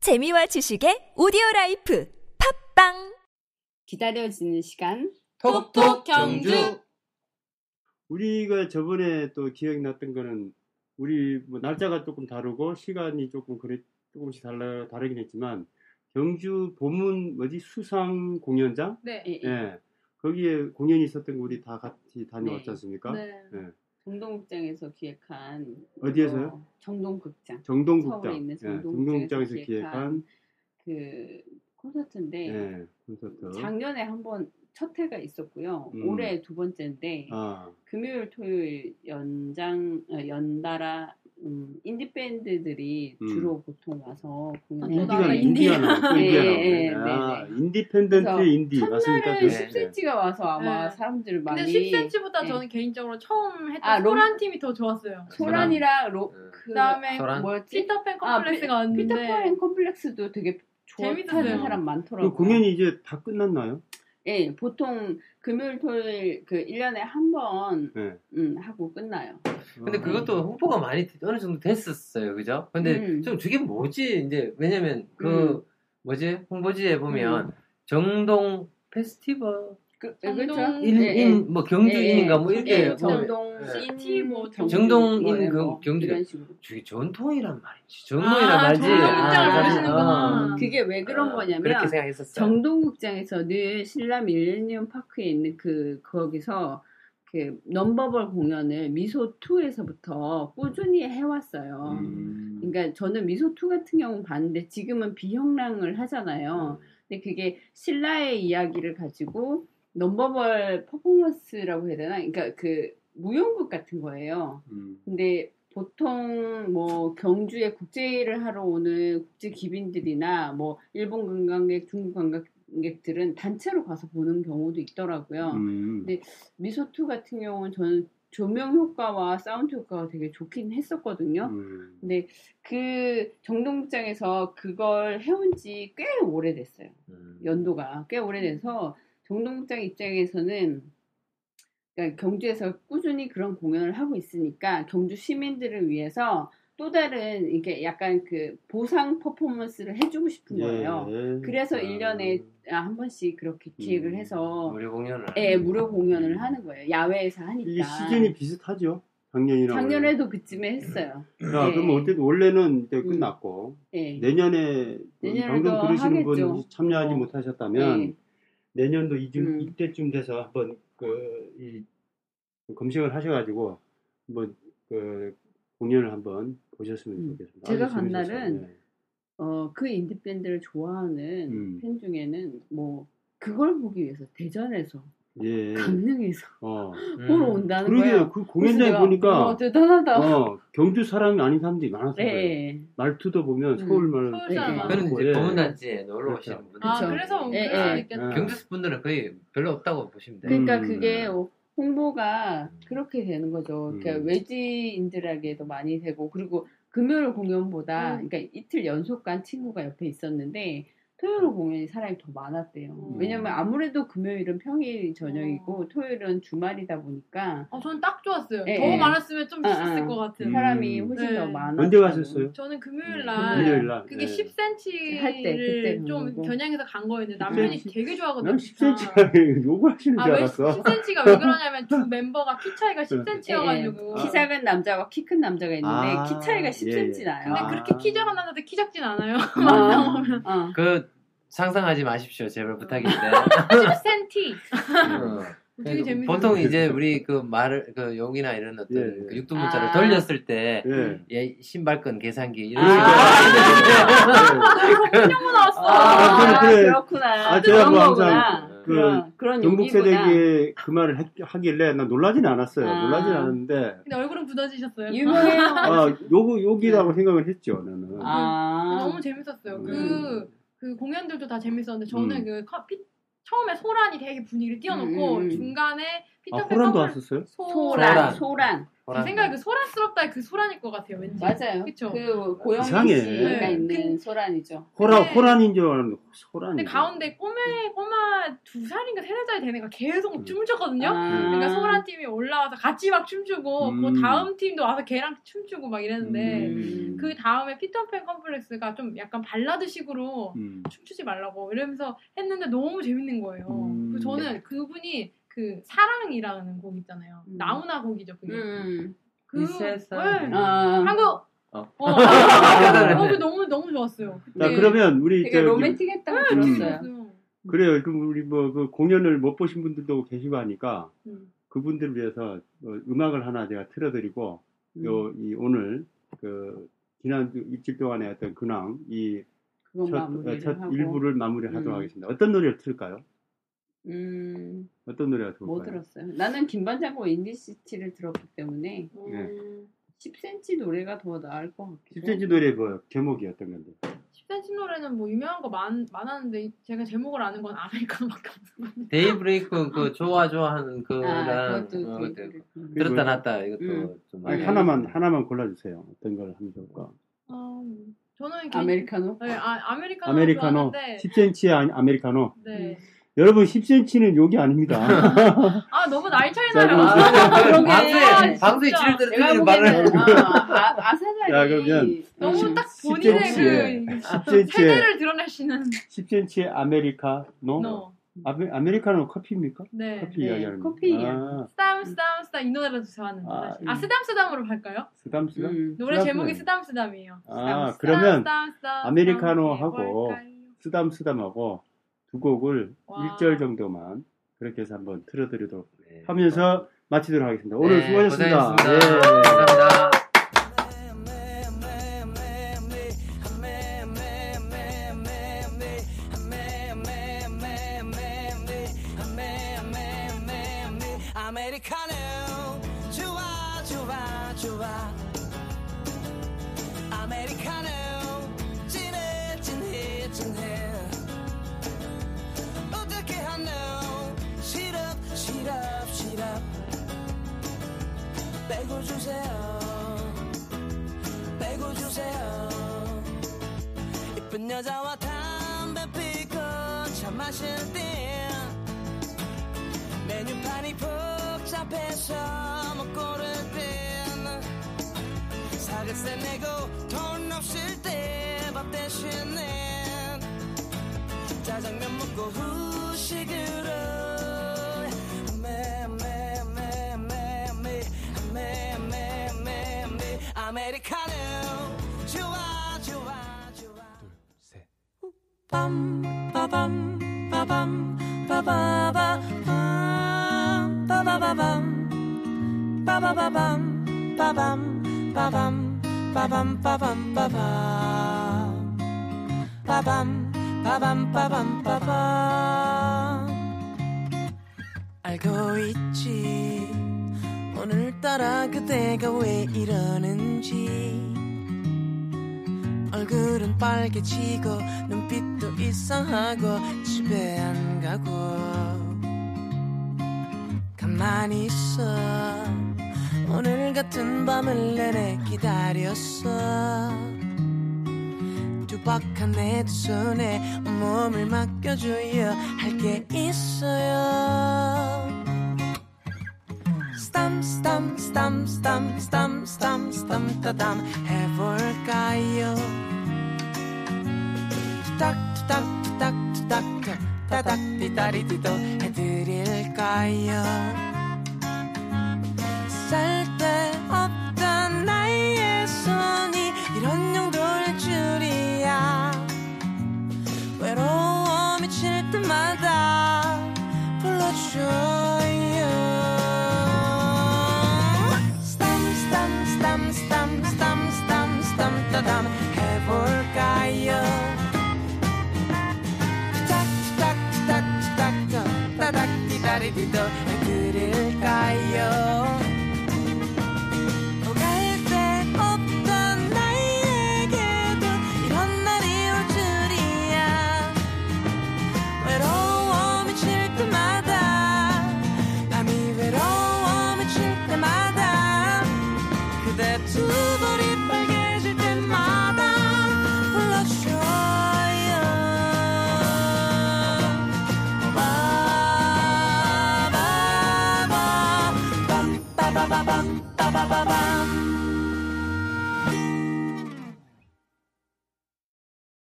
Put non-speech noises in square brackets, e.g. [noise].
재미와 지식의 오디오 라이프 팝빵 기다려지는 시간. 톡톡 경주. 우리가 저번에 또 기억났던 거는 우리 뭐 날짜가 조금 다르고 시간이 조금 그래 조금씩 달라 다르긴 했지만 경주 보문 뭐지 수상 공연장 네. 예, 예 예. 거기에 공연이 있었던 거 우리 다 같이 다녀왔지 네. 않습니까? 네. 예. 정동극장에서 기획한 어디에서요? 어, 정동극장 정동국장 서울에 있는 예, 정동국장에서 정동국장에서 기획한 네. 기획한 그 콘서트인데 예, 콘서트 작년에 한 번 첫 회가 있었고요. 음. 올해 두 번째인데 아 금요일 토요일 연장 어, 연달아 음, 인디 밴드들이 음. 주로 보통 와서 공연을 인디가 인디가 인디가 나와요, 인디. 나와 [laughs] 예, 인디가 예, 나와 아, 네, 그래서 인디펜던트 인디 맞습니까? 첫날은 네. 10cm가 와서 아마 네. 사람들 많이 근데 10cm보다 예. 저는 개인적으로 처음 했던 아, 롬- 소란 팀이 더 좋았어요. 소란이랑 로, 음. 그 그다음에 소란? 뭐였지? 피터팬 아, 컴플렉스가 왔는데 피터팬 컴플렉스도 되게 좋아하는 재밌었어요. 음. 사람 많더라고요. 그 공연이 이제 다 끝났나요? 예, 보통 금요일, 토요일 그 1년에 한 번 음, 네. 하고 끝나요. 근데 아. 그것도 홍보가 많이 되- 어느 정도 됐었어요, 그죠? 근데 음. 좀 저게 뭐지? 이제 왜냐면 그 뭐지 홍보지에 음. 보면 정동 페스티벌 그, 정동- 그렇죠? 인, 예, 인, 뭐 경주인인가 뭐 예, 이렇게 예, 보면 정동 예. 시티 뭐 경주, 정동인 뭐예요, 그 뭐 경주- 이런 식으로. 저게 전통이란 말이지, 전통이란 아, 말이지. 정동극장을 아, 모르시는구나. 아. 그게 왜 그런 거냐면 그렇게 생각했었어요. 정동극장에서 늘 신라 밀레니엄 파크에 있는 그 거기서 그 넘버벌 공연을 미소 2에서부터 꾸준히 해왔어요. 음. 그러니까 저는 미소2 같은 경우는 봤는데 지금은 비형랑을 음. 하잖아요. 근데 그게 신라의 이야기를 가지고 넘버벌 퍼포먼스라고 해야 되나? 그러니까 그 무용극 같은 거예요. 음. 근데 보통 뭐 경주에 국제일을 하러 오는 국제 기빈들이나 뭐 일본 관광객, 중국 관광객들은 단체로 가서 보는 경우도 있더라고요. 음. 네. 미소2 같은 경우는 저는 조명 효과와 사운드 효과가 되게 좋긴 했었거든요. 음. 근데 그 정동극장에서 그걸 해온 지 꽤 오래됐어요. 음. 연도가 꽤 오래돼서 정동극장 입장에서는 그러니까 경주에서 꾸준히 그런 공연을 하고 있으니까 경주 시민들을 위해서 또 다른 이게 약간 그 보상 퍼포먼스를 해주고 싶은 거예요. 예. 음. 그래서 아. 일년에 한 번씩 그렇게 기획을 음. 해서 무료 공연을. 예, 무료 공연을 하는 거예요. 야외에서 하니까. 이게 시즌이 비슷하죠. 작년이랑. 올해. 작년에도 그쯤에 했어요. 아, 예. 그럼 어쨌든 원래는 이제 음. 끝났고 예. 내년에 내년에도 방금 들으시는 하겠죠. 분 참여하지 어. 못하셨다면 예. 내년도 이쯤 음. 이때쯤 돼서 한번 그이 검색을 하셔가지고 한번 그 공연을 한번 보셨으면 음. 좋겠습니다. 제가 아주 간 재밌었어요. 날은 예. 어, 그 인디밴드를 좋아하는 음. 팬 중에는 뭐 그걸 보기 위해서 대전에서 예. 강릉에서 어. 음. 보러 온다는 그러게요. 거예요. 그 그래서 공연장에 내가, 보니까 어, 대단하다. 어, 경주 사람이 아닌 사람들이 [laughs] 많았어요. 네. 말투도 보면 음. 서울 말. 서울 사람 예. 그거는 이제 예. 보문단지에 놀러 오시는 그렇죠. 분들. 아 그쵸. 그래서 온 예, 그럴 수 예. 있겠다. 예. 경주 분들은 거의 별로 없다고 보시면 돼요. 그러니까 음. 그게 어, 홍보가 그렇게 되는 거죠. 그러니까 음. 외지인들에게도 많이 되고 그리고 금요일 공연보다 음. 그러니까 이틀 연속 간 친구가 옆에 있었는데 토요일 음. 공연이 사람이 더 많았대요. 음. 왜냐면 아무래도 금요일은 평일 저녁이고 음. 토요일은 주말이다 보니까 어, 저는 딱 좋았어요. 예, 더 예. 많았으면 좀 아, 지쳤을 아. 것 같은. 음. 사람이 훨씬 더 네. 많았어요. 언제 가셨어요? 저는 음. 금요일 아, 금요일 날 날. 그게 예. 할때 그때 10cm를 좀 가는 거고. 겨냥해서 간 거였는데 남편이 10cm? 되게 좋아하거든요. 난 진짜. [laughs] 10cm 요구하시는 아, 줄 왜 알았어. 10cm가 왜 그러냐면 두 멤버가 키 차이가 예, 10cm여가지고 예. 키 작은 남자와 키 큰 남자가 있는데 아, 키 차이가 예, 10cm 예. 나요. 근데 아. 그렇게 키 작은 남자도 키 [laughs] 작진 않아요. [laughs] 아. 어. 그 상상하지 마십시오, 제발 [laughs] 부탁인데. 10cm. 어. 음. 네, 되게 재밌어요. 보통 이제 우리 그 말을 그 욕이나 이런 어떤 예, 예. 그 육두 문자를 아. 돌렸을 때 예. 예. 예, 신발끈 계산기 이런 식으로 아, [laughs] 그러니까 나왔어. 아, 그래, 그래. 그렇구나. 아, 제가 그런 뭐 항상 거구나. 그 그런, 그런 전북 욕이구나. 세대기에 그 말을 했- 하길래 난 놀라진 않았어요. 아. 놀라진 않았는데 근데 얼굴은 굳어지셨어요. 유명해요. [laughs] 아, 요거 요기라고 생각을 했죠. 나는. 네. 아, 너무 재밌었어요. 그, 그 공연들도 다 재밌었는데 저는 음. 그 커피 처음에 소란이 되게 분위기를 띄워놓고 음, 음, 음. 중간에 아, 피터팬 호란도 선물- 왔었어요? 소란. 소란, 소란. 제 생각에 그 소란스럽다의 그 소란일 것 같아요. 왠지. 맞아요. 그쵸? 그 고영민 이상해. 씨가 네. 있는 근- 소란이죠. 호라, 근데- 호란인 줄 알았는데, 소란이. 근데 가운데 꼬매 꼬마 두 살인가 세 살짜리 되는 애가 계속 음. 춤추거든요. 아, 그러니까 소란 팀이 올라와서 같이 막 춤추고 음. 그 다음 팀도 와서 걔랑 춤추고 막 이랬는데 음. 그 다음에 피터팬 컴플렉스가 좀 약간 발라드식으로 음. 춤추지 말라고 이러면서 했는데 너무 재밌는 거예요. 음. 그 저는 그분이 그 사랑이라는 곡 있잖아요. 음. 나훈아 곡이죠 그게. 음. 그 이 세상. 음. 네. 아, 한국 어. 어, 어, 그 너무 너무 좋았어요. 자, 네. 그러면 우리 되게 저 로맨틱했다고 음. 들었어요. 좋았어요. 그래요. 그럼 우리 뭐 그 공연을 못 보신 분들도 계시고 하니까 음. 그분들을 위해서 어, 음악을 하나 제가 틀어드리고 음. 음. 요 이 오늘 그 지난 일주일 동안의 어떤 근황 이첫 아, 어, 그건 마무리를 하고. 일부를 마무리하도록 음. 하겠습니다. 어떤 노래를 틀까요? 음, 어떤 노래가 좋을까요? 뭐 들었어요? 나는 김반장과 인디시티를 들었기 때문에 네. 음. 10cm 노래가 더 나을 것 같기도 10cm 노래 뭐 제목이 어떤 건데? 10cm 노래는 뭐 유명한 거 많, 많았는데 이- 제가 제목을 아는 건 아메리카노밖에 없는 것 같아요. 데이브레이크 그 좋아 좋아하는 아, 그랑 그것도 어, 되게 그때 그렇구나. 들었다 놨다 이것도 음. 좀 아니, 많이 하나만 알았어요. 하나만 골라주세요. 어떤 걸 하면 좋을까? 어, 음. 저는 개인- 아메리카노? 네, 아, 아메리카노 아메리카노 좋아하는데 10cm 아니 아메리카노. 네. 여러분 10cm는 욕이 [laughs] 아닙니다. 아 너무 날 차이 자, 나요. 그럼 아, 그러게. 방송에 방송에 진짜. 지를 내가 들으면 말을 보기에는 아, 아, 아사장이 야, 그러면 너무 딱 십- 본인의 십 그 10cm 세대를 드러내시는 10cm 아메리카노. 너. 아메, 아메리카노 커피입니까? 네. 커피 네, 이야기하는 거. 커피 이야기. 아, 쓰담 쓰담 쓰담 이 노래도 좋아하는데 아, 사실. 음. 아, 쓰담 쓰담으로 갈까요? 쓰담 쓰담. 음. 노래 쓰담 제목이 쓰담. 쓰담 쓰담이에요. 아, 쓰담, 그러면 쓰담, 쓰담, 아메리카노 쓰담, 하고 해볼까요? 쓰담 쓰담하고 두 곡을 와. 일 1절 정도만 그렇게 해서 한번 틀어드리도록 네. 하면서 마치도록 하겠습니다. 오늘 네, 수고하셨습니다. 고생하셨습니다. 예. 감사합니다. 아메리카노 좋아 좋아 좋아 아메리카노 진해 진해 진해 어떻게 하노 시럽 시럽 시럽 빼고 주세요 빼고 주세요 이쁜 여자와 담배 피고 차 마실 때 메뉴판이 복잡해서 못 고를 땐 사글세 내고 돈 없을 때 밥 대신에 짜장면 먹고 후식으로 메메메메메 메메메메 아메리카노 좋아 좋아 좋아 Bum, ba-bum, ba-bum, ba-ba-ba, bum, ba-ba-ba-bum. Ba-ba-ba-bum, ba-bum, ba-bum, ba-bum, ba-bum, ba-bum. Ba-bum, ba-bum, ba-bum, ba-bum. 알고 있지 오늘따라 그대가 왜 이러는지 얼굴은 빨개지고 눈빛도 이상하고 집에 안 가고 가만히 있어 오늘 같은 밤을 내내 기다렸어 두박한 내 두 손에 온몸을 맡겨줘요 할 게 있어요 Stam, stam, stam, stam, stam, stam, stam, tadam 해볼까요? 투닥, 투닥, 투닥, 투닥, 투, 따닥, 디다리디도 해드릴까요? 쓸데없던 나의 손이 이런 용도일 줄이야 외로워 미칠 때마다 불러줘요 Stam stam stam stam stam stam stam 따담 해볼까요 탁탁탁탁탁 따닥 기다리기도 er er er